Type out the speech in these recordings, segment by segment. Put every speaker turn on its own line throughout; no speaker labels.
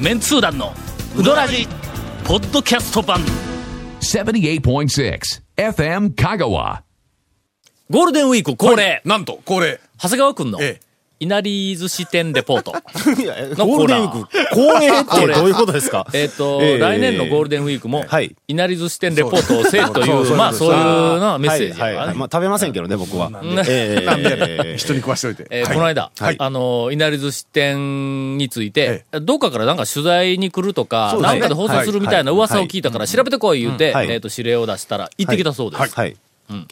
メンツー団のウドラジポッドキャスト版
78.6 FM Kagawa.
ゴールデンウィーク恒例、
なんと、恒例。
長谷川君の
え
いなり寿司店レポートの
ゴ
コ
ー
ー
ルデ
ナ
ンウィ
ー
ーク、恒例
恒
っ
例
てどういうことですか
えっと、
ええ
来年のゴールデンウィークも、
はい
いなり寿司店レポートをせえという、まあそういうなメッセージ
は
や
い
わ
は
ね
いはいまあ食べませんけどね、僕は。
なん
え え
人に食わしといて。
えーこの間、
はい
あの、いなり寿司店について、どっかからなんか取材に来るとか、
そうです
な
ね
んかで放送するみたいな
はい
噂を聞いたから、調べてこい言うて、
はい
えっ、と、指令を出したら、行ってきたそうです。
はい。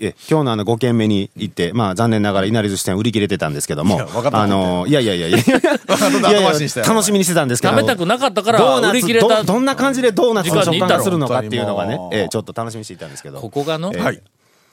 え今日のあの5軒目に行って、まあ残念ながらいなり寿司店売り切れてたんですけども、
やわかった
あのいやいやいやいや、い
た後
やいや
回しにしたよ
楽しみにしてたんですけど、
食べたくなかったか
ドー
ら、
ナ
売り
ツ
切れた
ど、どんな感じでドーナツの
時間に
食
行っ
感
た
が
ろ
するのかっていうのが
本、当
ね
にもう
ええちょっと楽しみにしていたんですけど、
ここがの、
はい。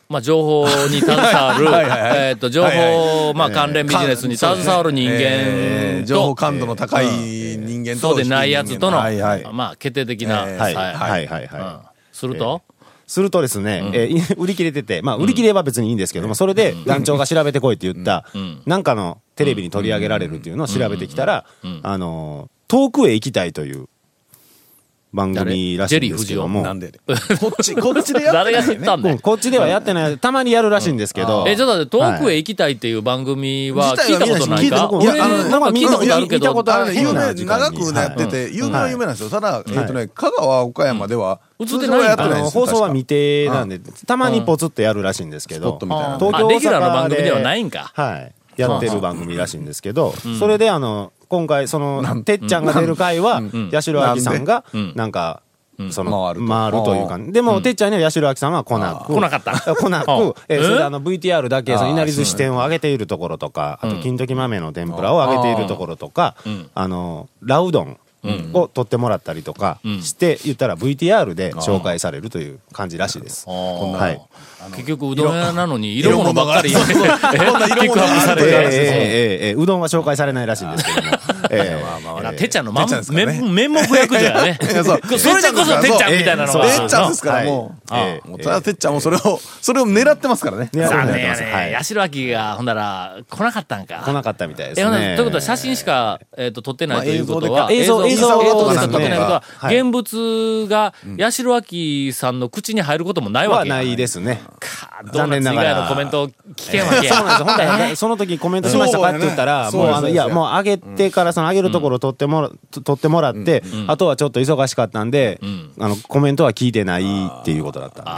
まあ、情報に携わる、
はいはいはい
えっと、情報、
はいはい
まあ、関連ビジネスに携わる人間と、
えー情報感度の高い人間と、
そうでないやつとの、
はいはい。
まあ、決定的な、
えー
はい、
はい
はい、はい、はい。
うんすると、
するとですね、えーい 売り切れてて、まあ、売り切れは別にいいんですけども、それで団長が調べてこいって言った、なんかのテレビに取り上げられるっていうのを調べてきたら、あのー遠くへ行きたいという番組らしいんですけども
な、んでこっち、こっちでやっ
誰
て
が
ない
知っ
よね
たんだ
う
よ
ん。こっちではやってない、たまにやるらしいんですけど、
え、ちょっと待って遠くへ
はい
行きたいっていう番組は聞いたことない
聞いた
か
こと
俺
な
な
い
ん
いやあの
か聞いたことあるけ
見
ど
た
有名、
こ、とある変な
長
時間に
くねやってて、有名は有名なんですよ。ただ、えっとね、香川、岡山では、
うん
通常はやって
あ
ない
の
です
放送は未
て。
定なんで、たまにポツってやるらしいんですけ
スポ
ど
ット、みたいな。
東
あ
京
レギュラーの
大阪
番組ではないんか
はいやってる番組らしいんですけど、それであの今回そのてっちゃんが出る回は八代亜紀さんがなんかその
回ると
回るというかでもてっちゃんには八代亜紀さんは来なく
来なかった
来なく
うん
えーそれ
え
であの VTR だけそのいなり寿司店を上げているところとかあと金時豆の天ぷらを上げているところとかあのラウドンを取ってもらったりとかして言ったら VTR で紹介されるという感じらしいです。はい
結局うどん屋なのに色物ばっかり言って、えピックアップさ
え
れ
え
る
え
らしいですね。
えええうどんは紹介されないらしいんですけども。ええ
なてっちゃんのまん
てっちゃんですかね
面面目役じゃね。
いやそう
それでこそてっちゃんみたいなのが。
てっちゃんですから、
はい
もう。
ええ
もうただ、てっちゃんもそれを、それを狙ってますからね。
狙って
残念や
は
ね。
い
八代亜紀が、ほんなら、来なかったんか。
来なかったみたいです
えほ
ね。
んならということは写真しか、えっと撮ってない
まあ
ということは、
映像でか映像
を
映
し
像
か撮ってないことは
ですね、はい
現物が八代亜紀さんの口に入ることもないわ
は
けや
ないですね。
かドー
残
ナ
念
ツ
な
以
が
外
ら
のコメントを聞けんわけや。
そうなんですよ。本当はねその時コメントしましたかって言ったら、
そう
もう
やね
あの、
そうです
いや、もう上げてから、その上げるところを取ってもら、取ってもらって、あとはちょっと忙しかったんで、あの、コメントは聞いてないっていうことだったんで。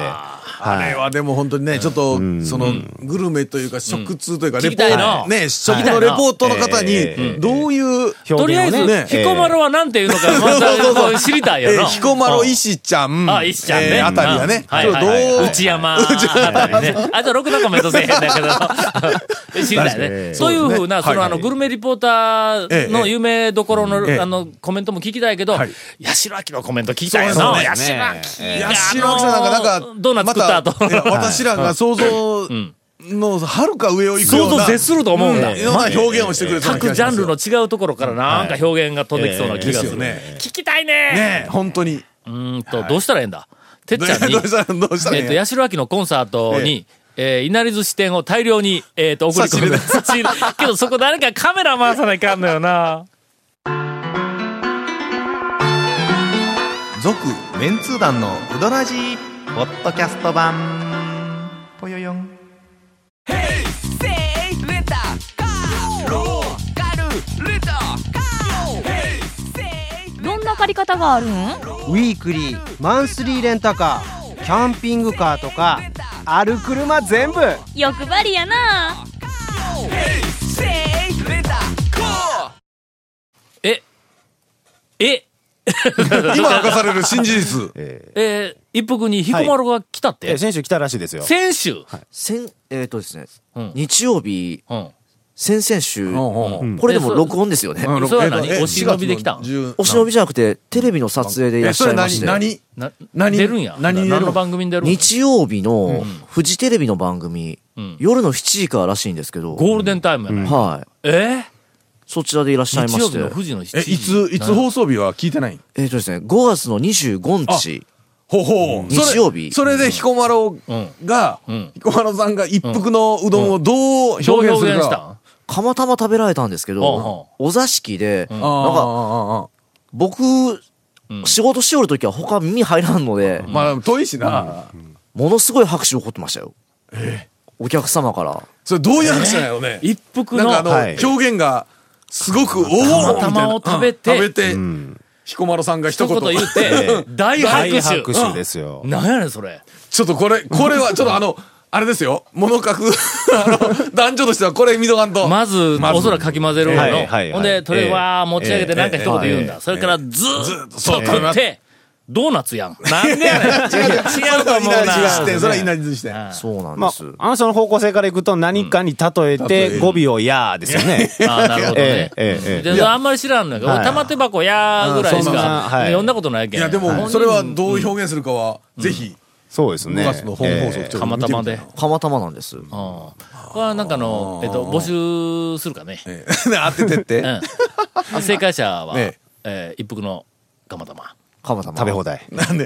あれはでも本当にね、ちょっと、その、グルメというか、食通というか、
聞
レ
き
ポ
たい
ー
な
ト、ね、食のレポートの方
え
に、どういう、
とりあえず、
ね
彦摩呂はなんていうのか、 ま
そうそう
た知りたいよ
え
な。
ー、彦摩呂石ちゃん。
あ、石ちゃんね。
えーあたりがね。
うんはいはいはい
ちょっとどう
内山あたりね。あと6のコメントせえへん だけど。知りたい
え
ね。
え
そういうふうな、
そ
そう
ですねはい
のあの、グルメリポーターの
ええ
有名どころの、
ええ
あの、コメントも聞きたいけど
はい、
八代亜紀のコメント聞きたいよ
そ
な。
う
八
で
代亜紀
い
が。
や、白木さんなんか、
あ
なん
の
か、
ドーナツ食った後。
まいや私らが想像の、はるか上を行くよ
想
うな。
像絶すると思うんだ。
いろんな表現をしてくれそうな気
各
がし
ジャ
ま
ン
す
ルの違うところからなんか表現が飛んできそうな気がする
ええですよね。
聞きたいね
ねえ本当に。
うーんと、どうしたらええんだてっ
どう
ちゃ
し
ん
た
に
ら、どうしたらどうしたら
え
い
っ
い
と、
んや
八代亜紀のコンサートに、えー、いなり寿司店を大量に、えっ、と、送り込んで、差し入れけど、そこ誰かカメラ回さないかんのよな。
続メンツー団の ウドラジーポッドキャスト版ぽよよん
どんな借り方があるん
ウィークリーマンスリーレンタカーキャンピングカーとかある車全部
欲張りやな
え、え、
今明かされる新事実。
えー一服に彦摩呂が来たって、
え、選手来たらしいですよ。
先週、
先えっ、とですね、
うん
日曜日
うん。
先々週、
うんうん
これで
えそ
も
う
録音ですよね、
それは何お忍びできたん
お忍びじゃなくてテレビの撮影でいら
え、
っし
そ
ゃ
れ
いまし
何
て
何
な、
何
出るんや。
何出るん
の番組に出るん
日曜日のフジテレビの番組、夜の7時かららしいんですけど、
ゴールデンタイムやな。
はい
え
そちらでいらっしゃいま
日曜
し
日
て
の富士の7
え、
時。
いつ、いつ放送日は聞いてない
えっ、とですね5月の25日
ほほうそれ
日曜日
それで彦摩呂が、彦摩呂さんが一服のうどんをどう
どう
表現す
表
る
現し
か。
た
釜玉食べられたんですけど、お座敷で、なん
あ
か
あああああ
僕、仕事しよる時は他耳入らんので、
まあ、遠いしな。
ものすごい拍手起こってましたよ。お客様から。
それどういう話なんやろね。
一服
なん
の
かあの、
はい
表現が、すごく、おおみたいな
頭を食べて
うん食べて、彦摩呂さんが一
一
言。
言言って、大拍手。
大拍手ですよ。
なんやねん、それ。
ちょっとこれ、これは、ちょっとあの、あれですよ。物書く、あの、男女としてはこれ見とかんと。
まず、
まず
おそらくかき混ぜるの。
はいはいはい
ほんで、とりあえ
え
ず、
え
わー、持ち上げてなんか一言言うんだ。
ええ
それから、ず
ず
ー
ー
っ
っ
と
とそう
食っ
食べ
て、ドーナツやん。なんでやねん。違う、違うと思う
いなりずして、
な。
それはいなりずして。
そうなんで。
ますあ、あの人の方向性からいくと何かに例えて語尾を「やー」ですよね。
ああ、なるほどね
え。えええええ
であんまり知らんのやけど、
はい
俺玉手箱やーぐらいし
あーそん
か
なはい
読んだことない
い
けん。
や、で
本
も、
人
それはどう表現するかは、ぜひ、
そうですね。
5月の本放送、ち
え
ょっと
たま
見
た
てみ
まで。うん。
かまたまなんです。
これはなんかあの、えっと、募集するかね。
ええ ね当ててって。
うん。正解者は
ええ、
えー一服のかまたま。
かまたま。
食べ放題。
なんで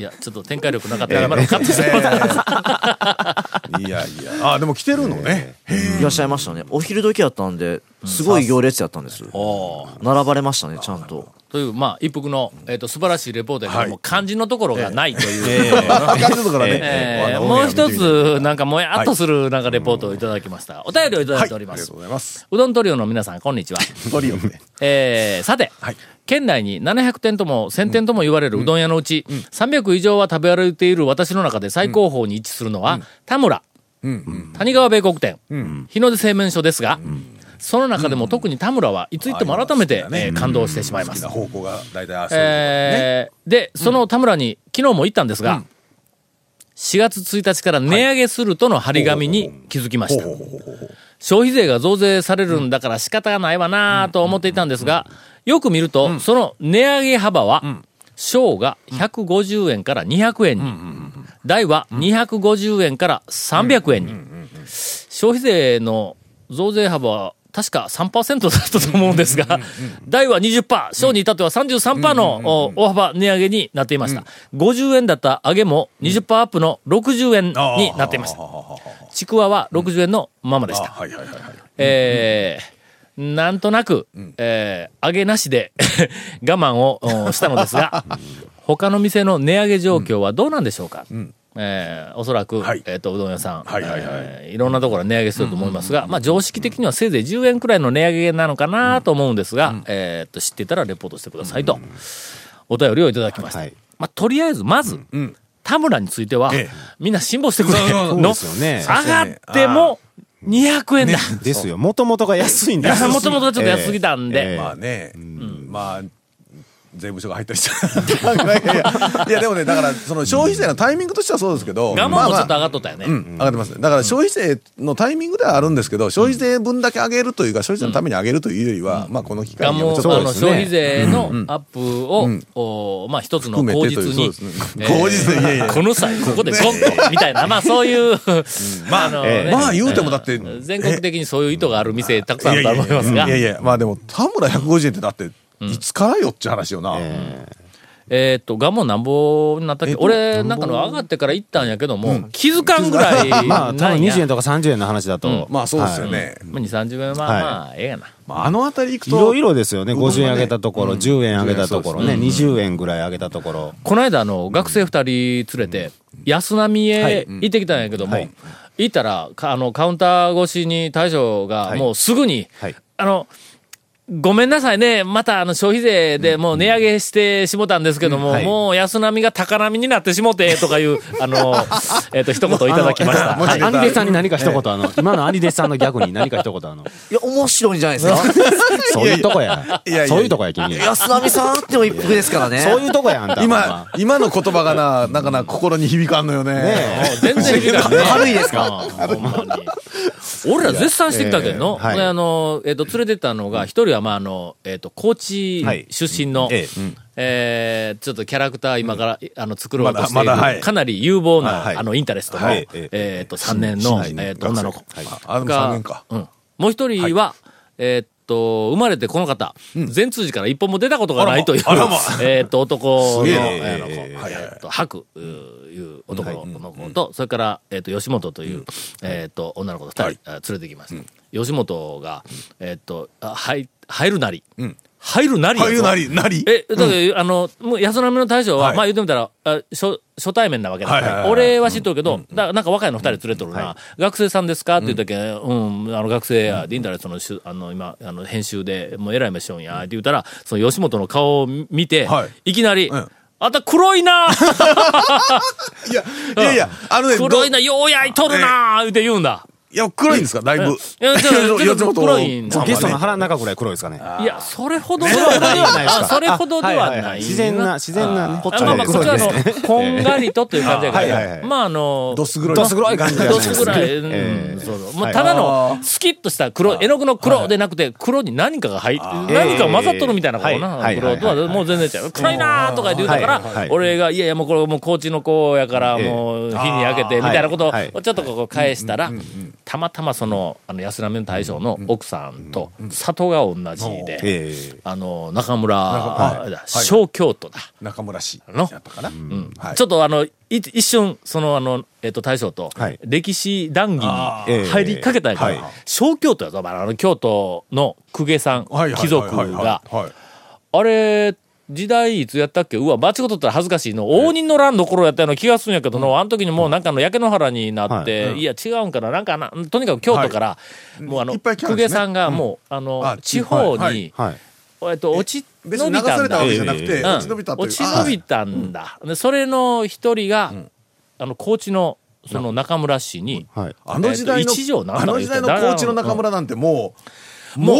いや、ちょっと展開力なかったから、今のカットしてもらった。
いやいや。あ、でも来てるのね。
いらっしゃいましたね。お昼時やったんで、すごい行列やったんです。
おー
並ばれましたね、ちゃんと。
という、まあ、一服の、えっ、と、素晴らしいレポートやけど、
はい
もう漢字のところがないという。え
赤字だからね。
え
あの
もう一。つ、なんかもやっとする、なんかレポートをいただきました。お便りをいただいており
あ
ま
りが
す。
とうございます。
うどんトリオの皆さん、こんにち は。
トリオで。
えーさて、
はい
県内に700店とも1000店とも言われるうどん屋のうち、300以上は食べられている私の中で最高峰に位置するのは、田村、谷川米国店、日の出製麺所ですが、その中でも特に田村はいつ行っても改めて、
うん
えー感動してしまいま
好き
す
な。方向が大体あそういう
えーで、その田村に昨日も行ったんですが、4月1日から値上げするとの張り紙に気づきました。消費税が増税されるんだから仕方がないわなぁと思っていたんですが、よく見ると、その値上げ幅は、小が150円から200円に、大は250円から300円に。消費税の増税幅は確か3%だったと思うんですが、大は20%、小に至っては33%のお大幅値上げになっていました。50円だった上げも20%アップの60円になっていました。ちくわは60円のままでし
あ
た。
はいはいはいはい。
えーなんとなく、えー揚げなしで 我慢をうんしたのですが、他の店の値上げ状況はどうなんでしょうか、えーおそらく、
はい
えっ、と、うどん屋さん、
はいはいはい
えーいろんなところ値上げすると思いますが、まあ、常識的にはせいぜい10円くらいの値上げなのかなと思うんですが、えーっと、知ってたらレポートしてくださいと、お便りをいただきました。
はい
まあ、とりあえず、まず、田村については、
ええ
みんな辛抱してくれ
そうそうそう
の、
そうですよね
上がっても200円だ。
ですよ。もともとが安いん
い
で
や
す。
もともとちょっと安すぎたんで、
ええ
まあね、まあ、税務署が入ったりした。いやいや いや、でもね、だから、その消費税のタイミングとしてはそうですけど。
我
ま
慢
あ
も
ま
ち
あ
ょっと上がっとったよね。
うん、上がってますね。だから消費税のタイミングではあるんですけど、消費税分だけ上げるというか、消費税のために上げるというよりは、まあこの期
が
間に
もう、
ちょっ
あ
と
の、
です
消費
ね、
税のアップを、おまあ、一つの
含め
口
てと
実
いう
に、
そうですね口実にいやいや
この際、ここでゴンと、みたいな、まあ、そういう、まあ、のね
ええ
まあ言うてもだって、
全国的にそういう意図がある店、たくさんあ
い
ると
やい
思います
や
が
いや、いや、まあでも、田村150円ってだって、いつからよって話よな。
えーっと、我慢なんぼになったっけ、
えっと
俺、なんかの上がってから行ったんやけども、気づかんぐらいなんや、
まあ、多分20円
と
とか30円の話だと。
まあそうですよね。
まあ、2、30円は、
はい
まあ、ええやな。
まああの辺り行く
い
と、
ろいろですよね。
うどんはね
50円上げたところ、10円上げたところね、
うん
20円ぐらい上げたところ。
この間あの学生2人連れて安波へ行ってきたんやけども、
はい
行ったらかあのカウンター越しに大将が
い
もうすぐに、
はい
あのごめんなさいね。また、あの、消費税でもう値上げしてしもたんですけども、
うんはい
もう安波が高波になってしもて、とかいう、あの、 えっと、一言いただきました。
もうあのもう
はい
ちょ
ア
っと
ニデさんに何か一言あの、今のアニデさんのギャグに何か一言あの、
いや、面白いんじゃないですか
そういうとこや
いやい。や
そういうとこや、君。
安波さんあっても一服ですからね。
そういうとこや、あん た。
今、今の言葉がな、なんかな、心に響かんのよね。
もう全然理解ね
軽いですか
うんほんまに俺ら絶賛してきたけどの、
ええはい
であの、えっ、と、連れてったのが、一人は、まあ、あの、えっ、と、高知
はい
出身の、
ええ
えーちょっとキャラクター今から、あの作ろうとしている、
まだまだはい
かなり有望な、
はい
あのインタレストの、
はい
え
え
っ、と3年 の、
新
えー、と女の子
あ、でも3年か。
うん、もう一人は、えーっと生まれてこの方、全通寺から一本も出たことがないという、
あらま
えーっと男の、
すげえな
えーの子、え
はいはい
ーっと白ういう男の子の子と、それから、えーっと吉本という、えーっと女の子と二人、
はい
あ連れてきました、吉本が、えーっとあ入入るなり、入るなりやぞ
あいうなり、なり。
え、だから、あの、もう安波の大将は、
はい
まあ言うてみたら、あ初初対面なわけだ、
はいはいはいはい
俺は知っとるけど、だなんか若いの二人連れとるな、学生さんですかって言ったけ、うん、あの学生や、でいいんだら、その、しゅあの、今、あの、編集で、もう偉い目しようんや、って言ったら、その吉本の顔を見て、、
はい
きなり、
うん
あんた黒いな
いや、いやいや、あのね、ど
黒いなよう焼いとるなって言うんだ。
いや、黒いんですか、 だいぶ。
いやちょっとちょっと黒いんだ
さんはね
ゲストの腹の中ぐらい黒いですかね。
いや、それほどではない。あそれほどでは
あはいは
ない。
はいい自然な、自然なね。
あまあまあ、こっちはあ
黒いですね
の、こんがりとという感じやか
はいはい
ら
は、い
まああの、
どす黒い。
どす黒い感じでは
ど
な
っ
いで
ち
す
ぐ
ね
らい、うん、そうそう。まあ、ただの、スキッとした黒、絵の具の黒でなくて、黒に何かが入っ何か混ざっとるみたいなことな、
はい
黒とは
はいはい
もう全然違う。暗いなーとか言うたから、
はいはい
俺が、いやいや、もうこれもう高知の子やから、
ええ
もう火に焼けて、みたいなこと
はいは
をちょっとこう返したら、たまたまその、あの、安らめの大将の奥さんと、里が同じで、
ええ
あの、中村
はい
だ、小京都だ。
中村氏。
の
やったかな。
うん
はい
ちょっとあの、い一瞬、そのあの、えっ、と、大将と
はい、
歴史談義
ー
に入りかけたんやけ
ええ
ど
はい、
小京都やぞ、まあ、あの、京都の公家さん、
はいはい
貴族
はいはい
が、
はい。
あれ、時代いつやったっけうわ、間違っとったら恥ずかしいの。応仁の乱の頃やったような気がするんやけどの、あの時にもうなんかあの焼け野原になって、いや、違うんかな、なんかな、とにかく京都から、もうあの、
いっぱい来た
公
んですね
家さんがもう、あの
あ、
地方
は
に
い、
はい。
えっと、落ち
別に
延
流
びた
さ
ん
れた
だ
わけじゃなくて、
うん
落ち延びたという
落ち延びたんだ。で、それの一人が、あの、高知の、その中村氏に、
はい。
あの時代
えっと一条な
の、
んだ
あの時代の
言って
高知の中村なんてもう、もう、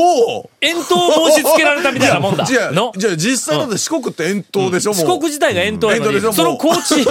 遠投を申し付けられたみたいなも んだ。
じゃあ、
の
じゃあ実際だって四国って遠投でしょ、もう。
四国自体が遠投やの
遠
に、
投でしょ
その
もう
高知
え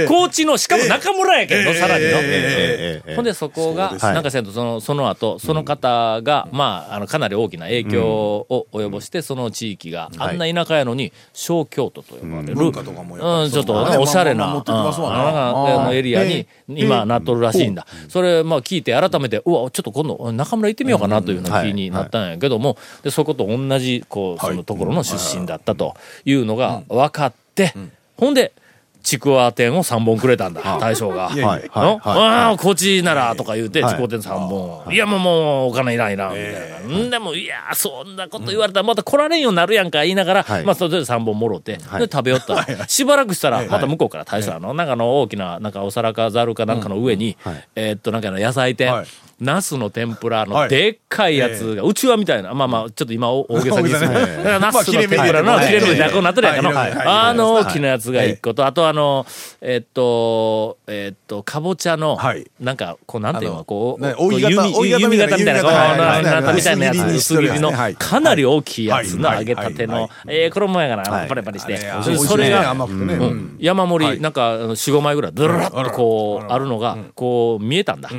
え
の、高知の、しかも中村やけど、
ええ
さらにの。
ええええ
ほんでそこが、なんかせんとその、その後、その方が、まあ、あの、かなり大きな影響を及ぼして、その地域が、あんな田舎やのに、小京都と呼ばれる。
文化とかもやぱ
う
り
ん、ちょっ
そう
とね、
だね
おしゃれな、
ま
うん
あまあ持ってきますわな
あの中のエリアに今なっとるらしいんだ。それ、まあ聞いて改めて、うわ、ちょっと今度中村行ってみようかなというような気になったんやけども、で、そこと同じ、こう、
はい
そのところの出身だったというのが分かって、ほんで、ちくわ天を3本くれたんだ、大将が。
いやいや
はい。
の
はい。
ああ、こっちならとか言うて、
はい
自己点3本。いや、もう、もう、お金いらんいらん、みたいな。んでも、いや、そんなこと言われたら、また来られんようになるやんか、言いながら
は、い
まあ、それぞれ3本もろて、で、食べよったら、しばらくしたら、また向こうから大将、あの、なんかあの、大きな、なんかお皿かざるかなんかの上に
うんはい、
えーっと、なんかあの野菜店
はい、
ナスの天ぷら
は
の
い
でっかいやつが、うちわみたいな、まあまあ、ちょっと今、大げさに言い過ぎた
大げ
け
さ
ど
ね
だからナスの天ぷ
まあ
ら
切れ目
の、
はい
切れ目でなくなってるやんかの、
はいはい
あの大きなやつが1個と、あとあの、えっと、えっと、かぼちゃの
はい、
なんか、こう、なんていう
あ
の、
の
こう、
ね
こう
扇形
弓
扇形
弓
みたいな
形みたいな、
弓形
こう、
はい
ななみたいなや
薄
つ、
切りにし
薄
てる
切り
やつね
の
はい、
かなり大きいやつの
はい
揚げたて
はい
の
は、
えー、衣やがな、
はい
パリパリして、
あ
それ
れ
それが、
甘くてね。うん
山盛
は
り、
い
なんか、あの4、5枚ぐらい、ずらっとこう、あるのが、こう、見えたんだ。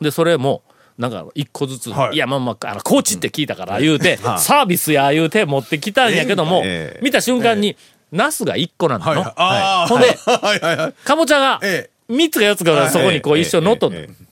で、それも、なんか、一個ずつ、
はい
いや、まあまあ、あの、コーチって聞いたから言うて、サービスや言うて持ってきたんやけども
え、え
見た瞬間に、ナスが一個なんだ
はい。
の。
ああ、
ほんで、
はいはいはい。
かぼちゃが、
え
3つか4つかがそこにこう
ええ
一緒に乗っとんの
えええ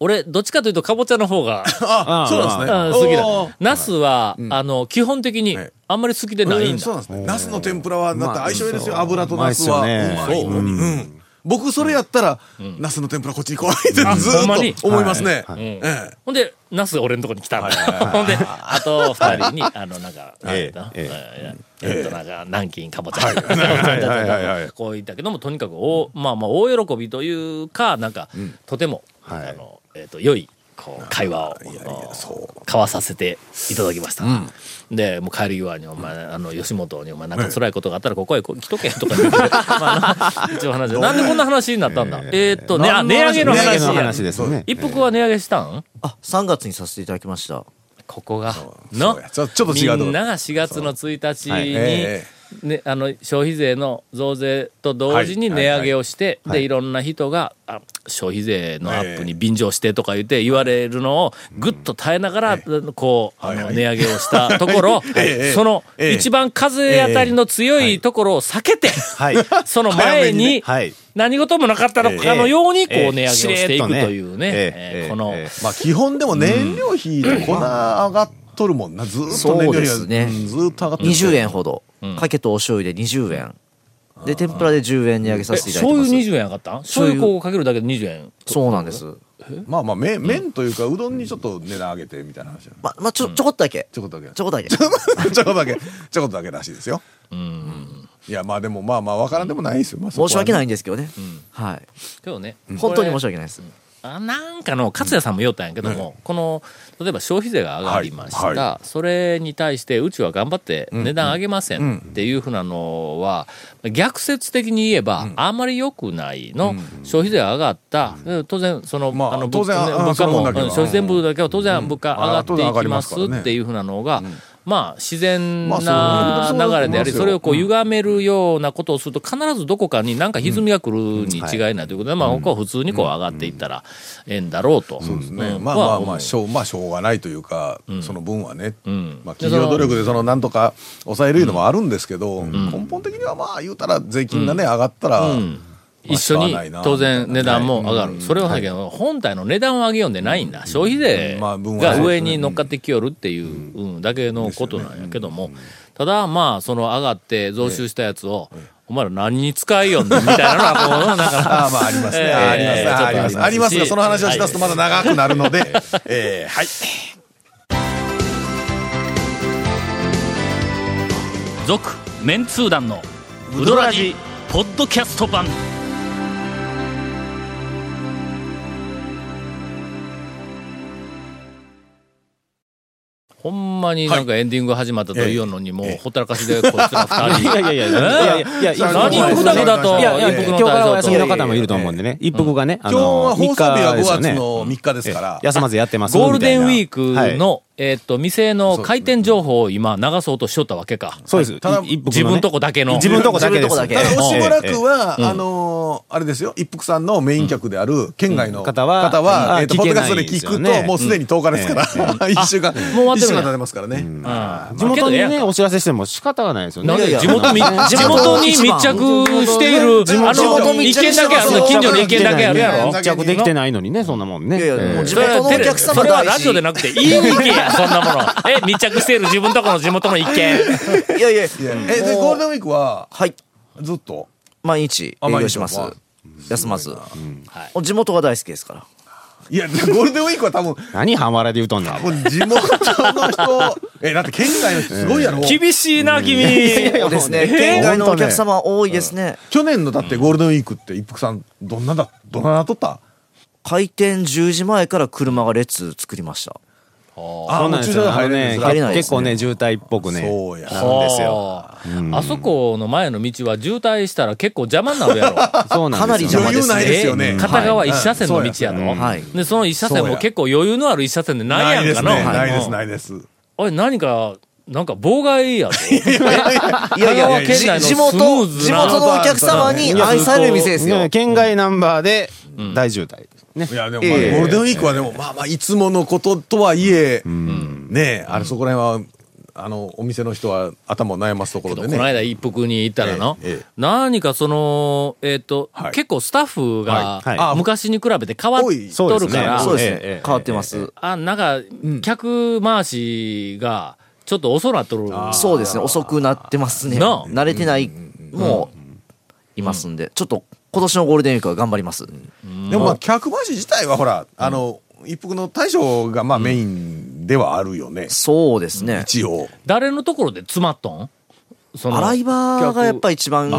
俺、どっちかというとかぼちゃの方が、
あ、そうなん
うん
です
好
ね。
き
おー
だ。ナスは、あの、基本的に
ええ、
あんまり好きでない
うんんそう
だ。
なんですね。ナスの天ぷらは、だって相性いいですよ。
まあ
油とナスは。
うまいっすよね
うまいのに。うん。僕、それやったら、ナスの天ぷらこっちに来いってず
ほんまに
ーっと思いますね。
はい
ええ
ほんで、ナスが俺のとこに来たんだ。 ほんで、あと二人に、あの、なんか、
ええ
なんだ
え
えっと、なんか、南京かぼちゃ。
はいはいはい
こう言ったけども、とにかく、おまあまあ、大喜びというか、なんか、とても、あ
はい
の、えっと、良い、こう、会話を、交わさせていただきました。で、もう帰る際に、お前、あの、吉本に、お前、なんか辛いことがあったら、ここへこう来とけとか言って、 まああの、一応話でなんでこんな話になったんだえーっと、ね、あ、値上げの
値上げ
話
の
や。
話ですね。
一服は値上げしたん
あ、3月にさせていただきました。
ここが、
そ
の
うやちょちょっと違うとこ
みんなが4月の1日
はい
に、
え
ね、あの消費税の増税と同時に
はい
値上げをして、
はい
でいろんな人があ消費税のアップ
え
に便乗してとか言って言われるのをぐっと耐えながら、こうあの、値上げをしたところ、
ええ
その、
ええ
一番風当たりの強いところを避けて、
はい。
その前に
はい。
何事もなかったのかのようにこう
え
値
え
上げをしていくというね、ええ
ええええ
この。
ええ
まあ基本でも燃料費で粉上がっとるもんな。ずーっと燃料費が
そうですね
うんずーっと上がってる
20円ほど。かけとお醤油で20円。で天ぷらで10円値上げさ
え
せていただい
醤
てま
油
す
20円上がったん醤油こうかけるだけで20円
そうなんです
まあまあ麺麺というかうどんにちょっと値段上げてみたいな話だね
ままちょちょこっとだけ
ちょこっとだけ
ちょこっとだけ
ちょこっとだけちょこっとだけらしいですよいやまあでもまあまあわからんでもないですよ、まあ、
申し訳ないいんですけどねはい
けどね、
本当に申し
し
訳ないです
あなんかの勝也さんも言おったんやけども、この例えば消費税が上がりました、
はいは
それに対してうちは頑張って値段上げませんっていうふうなのは逆説的に言えばあんまり良くないの、消費税が上がった、当然その,、
まあ
の
当然
物
あ
物価
その分
もう
だ
ん
けは
消費税分だけは当然物価上がってい
あ当然上が
き
り
ま
ます
す
からね
っていうふうなのが、まあ自然
ま
な
あそうそう
流れであり、
そうだと思いますよ
それをこう歪めるようなことをすると、必ずどこかになんか歪みが来るに違いないということで、まあ僕は普通にこう上がっていったらええんだろうと。
そうですね、
ん
まあまあ
僕
ま
は
あしょうまあしょうがないというか、その分はね、
ん
まあ、企業努力でそのなんとか抑えるいうのもあるんですけど、根本的にはまあ言うたら税金がね、上がったら、
ん一緒に当然値段も上がる。それはだけど、本体の値段を上げようんでないんだ。消費税
まあ分は
が
そう
上
ですね
に乗っかってきよるっていう、うん、だけのことなんやけども、ただまあ、その上がって増収したやつを、お前ら何に使いよんねんみたいなのは、こう、なんか、
ああまあありますね、
えー
ありますね
ちょっと
ありますあ
あり
り
ま
ますす
し
がその話をしだすとまだ長くなるので、えーはい
続、メンツー団の、ウドラジ、ポッドキャスト版。ほんまになんかエンディング始まったというのに、もうほったらかし でこっちの二人。
いやいやいやいやいやいやいや
何をぐだぐだと
いやいや
一服の
今
大
日
将と
からお休みの方もいると思うんでね一服がねあ
今日は
の
放送日は5
3ですよね
月の3日ですから、
休まずやってます
ゴールデンウィー
みたい
ク
なはい
の、えーっと、店の開店情報を今流そうとしよったわけか。
そうです
ただ
い一服のね
自分とこだけの。
自分とこだけで
自分とこだ
す
け
ただ
ええ
おしばらくは、あのーあれですよ一服さんのメイン客である県外の
方は
方は、
あ
えーと
聞
ポッ
け
ドキャ
ない
ストで
です
聞
よね
くともうすでに10日ですから、 一週間
あもう終わってるんや
一週間経てますからね、
あー
地
まあけど
元に
ええやん
ね
か
お知らせしても仕方がないですよね
なん
い
で
やい
地
や
元み、
あ の
地元に密着している、
地元
あ
地元
の、
密
一軒
着して
だけ
ます
あるの、近所の
で
一軒だけあるやろ
密着できてないのにねそんなもんね
いやいや
ええ
もう地
それ
元の
は
お
テレビ
客
そ
様
れは
大
ラジオで
事
なくて、いい意見や、そんなも の。え、密着している自分とこの地元の一軒。
いやいやい
い
や
やえでゴールデンウィークは
はい
ずっと
毎日営
あ毎日
業します
わ
休まず
はい
地元が大好きですから
いやゴールデンウィークは多分
何半笑いで言うとんねん
もう地元の人 えだって県外の人すごいやろ、
厳しいな、君。
そうですね
ね
県外の
ほ
お
んとね
客様多いですね
去年のだってゴールデンウィークって一服さんどんなだどんななっとった
開店10時前から車が列作りました
そうなんですよあのね
入れないで
結
すね
構ね渋滞っぽくね
そうや
なんですよ
あーあそこの前の道は渋滞したら結構邪魔になるやろ。
そうなんですよ
かなり邪魔
余裕ないですよね、
えー片側一車線の道やろ、
んはい
でその一車線
そう
も
や
結構余裕のある一車線でないやんかな
ないですねないです
うん
ないです
おい何かなんか妨害やぞ
いやい
香
や
川
じ
県内のス
地
ムー
元
ズ
地
な
元のお客様に愛される店ですよ
ね県外ナンバーで大渋滞ね
いやでもまあ、
ええ
ゴールデンウィークはでも、まあまあいつものこととはいえ、ねえあれそこら辺はあのお店の人は頭を悩ますところで
この
ね
間一服に行ったらな、
ええええ
何かその、えっ、と、
はい
結構スタッフが、
はいはい
あ昔に比べて変わっ
多い
とるから、
そう
ええ
です
え
ね
え
変わってます
あ、なんか、客回しが、ちょっと遅なっとる。
そうですね遅くなってますね
なあ
慣れてないもいますんでちょっと今年のゴールデンウィークは頑張ります
でもまあ客橋自体はほらあの、一服の大将がまあメインではあるよね、
そうですね
一応
誰のところで詰まっとんその
洗い場がやっぱ一番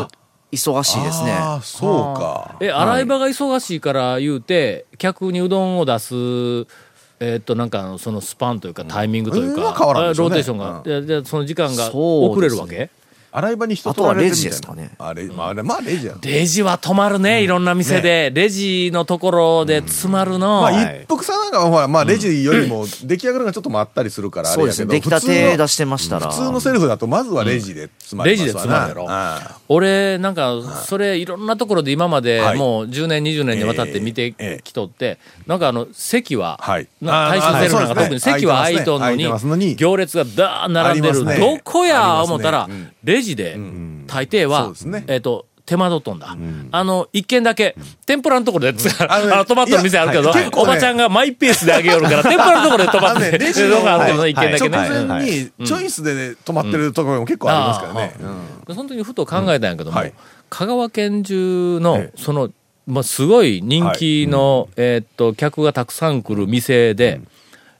忙しいですね
ああそうか
え、洗い場が忙しいから言うて、客にうどんを出す、えーっと、なんかあの、そのスパンというか、タイミングという
うん
か、
は変わらんでし
ロ
ょう
ー
ね
テーションが、
う
ででその時間が
そう
遅れる
ですね
わけ
洗い場に人
あと
取
は
られて
レ
るみ
ジ
たいな
ですかね
あれまあレまあレジやろ
レジは止まるね、いろんな店で。レジのところで詰まるの。
ま
い
あ一服さんなんかはほらまあレジよりも出来上がるのがちょっと待ったりするからあ
そ
れ
う
や
で
け
す
ど
ね出来たて出
普
してましたら
通の普通のセルフだとまずはレジで詰まりますわな、
レジで詰まる
ああ
俺、なんか、それ、いろんなところで今まで
はい
もう10年、20年にわたって見
えええ
て
え
きとって、なんかあの、席は
はい、
な
あ
大
ー
衆セルなんか
はい
特に席は空
そうで
い
すね
とんの
空いてますの
に、
に
行列がだー並んで
あり
る。
ますね
どこや思ったら
ありますね、
レジで、大抵
そ
は
うですね、
えっと、手間取っとんだ。あの、一軒だけ、天ぷらのところで、 あ
あのね
の、止まっとる店あるけど
いやはい結、構
お
ね
ばちゃんがマイペースであげよるから、天ぷらのところで止ま
あ
っ
のね
て、
レジの
どこがあるけど
は
一軒だけね。
直前にチョイスでね止まってるところも結構ありますからね。
うんその時にふと考えたんやけども、
はい
香川県中の、その、まあ、すごい人気の、えーっと、客がたくさん来る店で、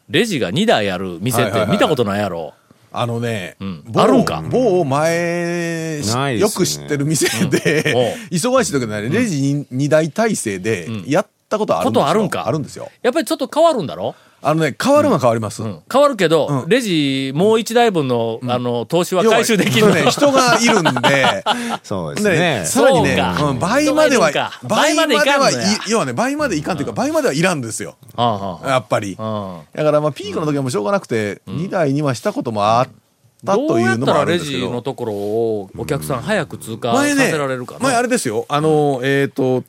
レジが2台ある店っ
はいはい
て
はい
見たことないやろ。
あのね、
ん
某
あるんか
某前、
ないですね
よく知ってる店で、 忙しい時のね、レジ2台体制で、やったことあるんで
こ
すよ。
とあるんか
あるんですよ。
やっぱりちょっと変わるんだろ
あのね、変わるのは変わります。
変わるけど、
うん
レジもう一台分の、あの、投資は回収できる
要はね、人がいるんで、
そうですね
ね、。さらにね
そうか、
うん倍までは
人がいるんか、
倍まで
倍までいかん
は
のや、
要はね、倍までいかんというか、倍まではいらんですよ。
あ ああ
やっぱり。
あ
だからまあ、ピークの時はもうしょうがなくて、2台にはしたこともあった
ど
と
う
い
や
う
っ
の
た
もあ
ら
るん
レ
ですけ
ジ
ど。
のところをお客さん早く通過さ
前ね
せられるかな。
前あれですよあのえっ、と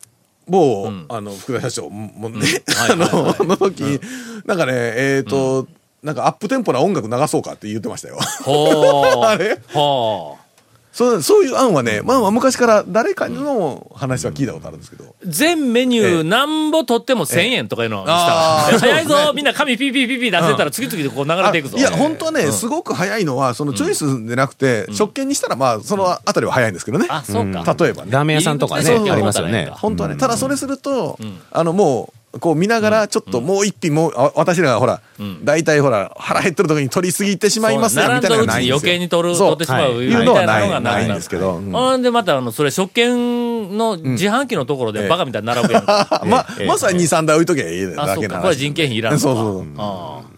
某、
ん
あの福田社長もね、
はい
あの、
はいはい
の時、なんかねえっ、と、なんかアップテンポな音楽流そうかって言ってましたよ
ほう。
あれ
ほう。
そうそういう案はねまあまあ昔から誰かの話は聞いたことあるんですけど、
全メニューなんぼ取っても1000円とかいうのをした
ええ
ら早い
ああそうです
ぞ
ね
みんな紙ピーピーピーピー出してたら次々とこう流れ
あ
ていくぞ。
いや本当はね、すごく早いのはそのチョイスでなくて、食券にしたらまあそのあたりは早いんですけどね、
あ、そうか。
例えばね
ラーメン屋さんとかね、
入り口で
ありますよね。
本当はね、ただそれすると、あのもうこう見ながらちょっともう一品もうあ私らがほら大体、ほら腹減ってる時に取りすぎてしまいますよ
そう
みたいなのがな
並んだうち
いんです
に余計に
よ。
取る、
そ
取
う
ってしまう、
はい
み
い
た
う
い
のはな
ないのがな
ない
ん
いん
で
ですす
け
け
ど。
ど、うん
ほんで、また、あの、それ、食券の自販機のところ
え
で
え
バカみたいに並ぶやんか。
あままさに23台置いときゃいい
あ、
だ
そう
けな
か。
話
これ人件費いらんのか
そうそう
あ
そう、ね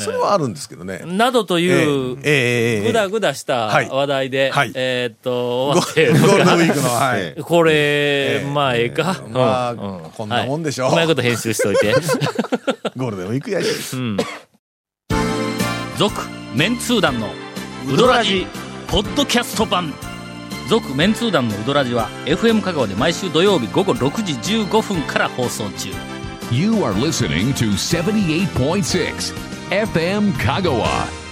それはあるんですけどね
あ。 などと
え
いう、
えええええ
ぐだぐだした
はい
話題で、
はい
えーっと、終
ゴ
わってる
ールデンウィークの、 はい
え
これ、まあ、ええか。
まあ
うんう
こんなもんでしょう
はいうまいこと編集しといて。
ゴールデンウィークやし。
続、メンツー団の、ウドラジ、ポッドキャスト版。続、メンツー団のウドラジは、FM 香川で毎週土曜日午後6時15分から放送中。
You are listening to 78.6 FM Kagawa.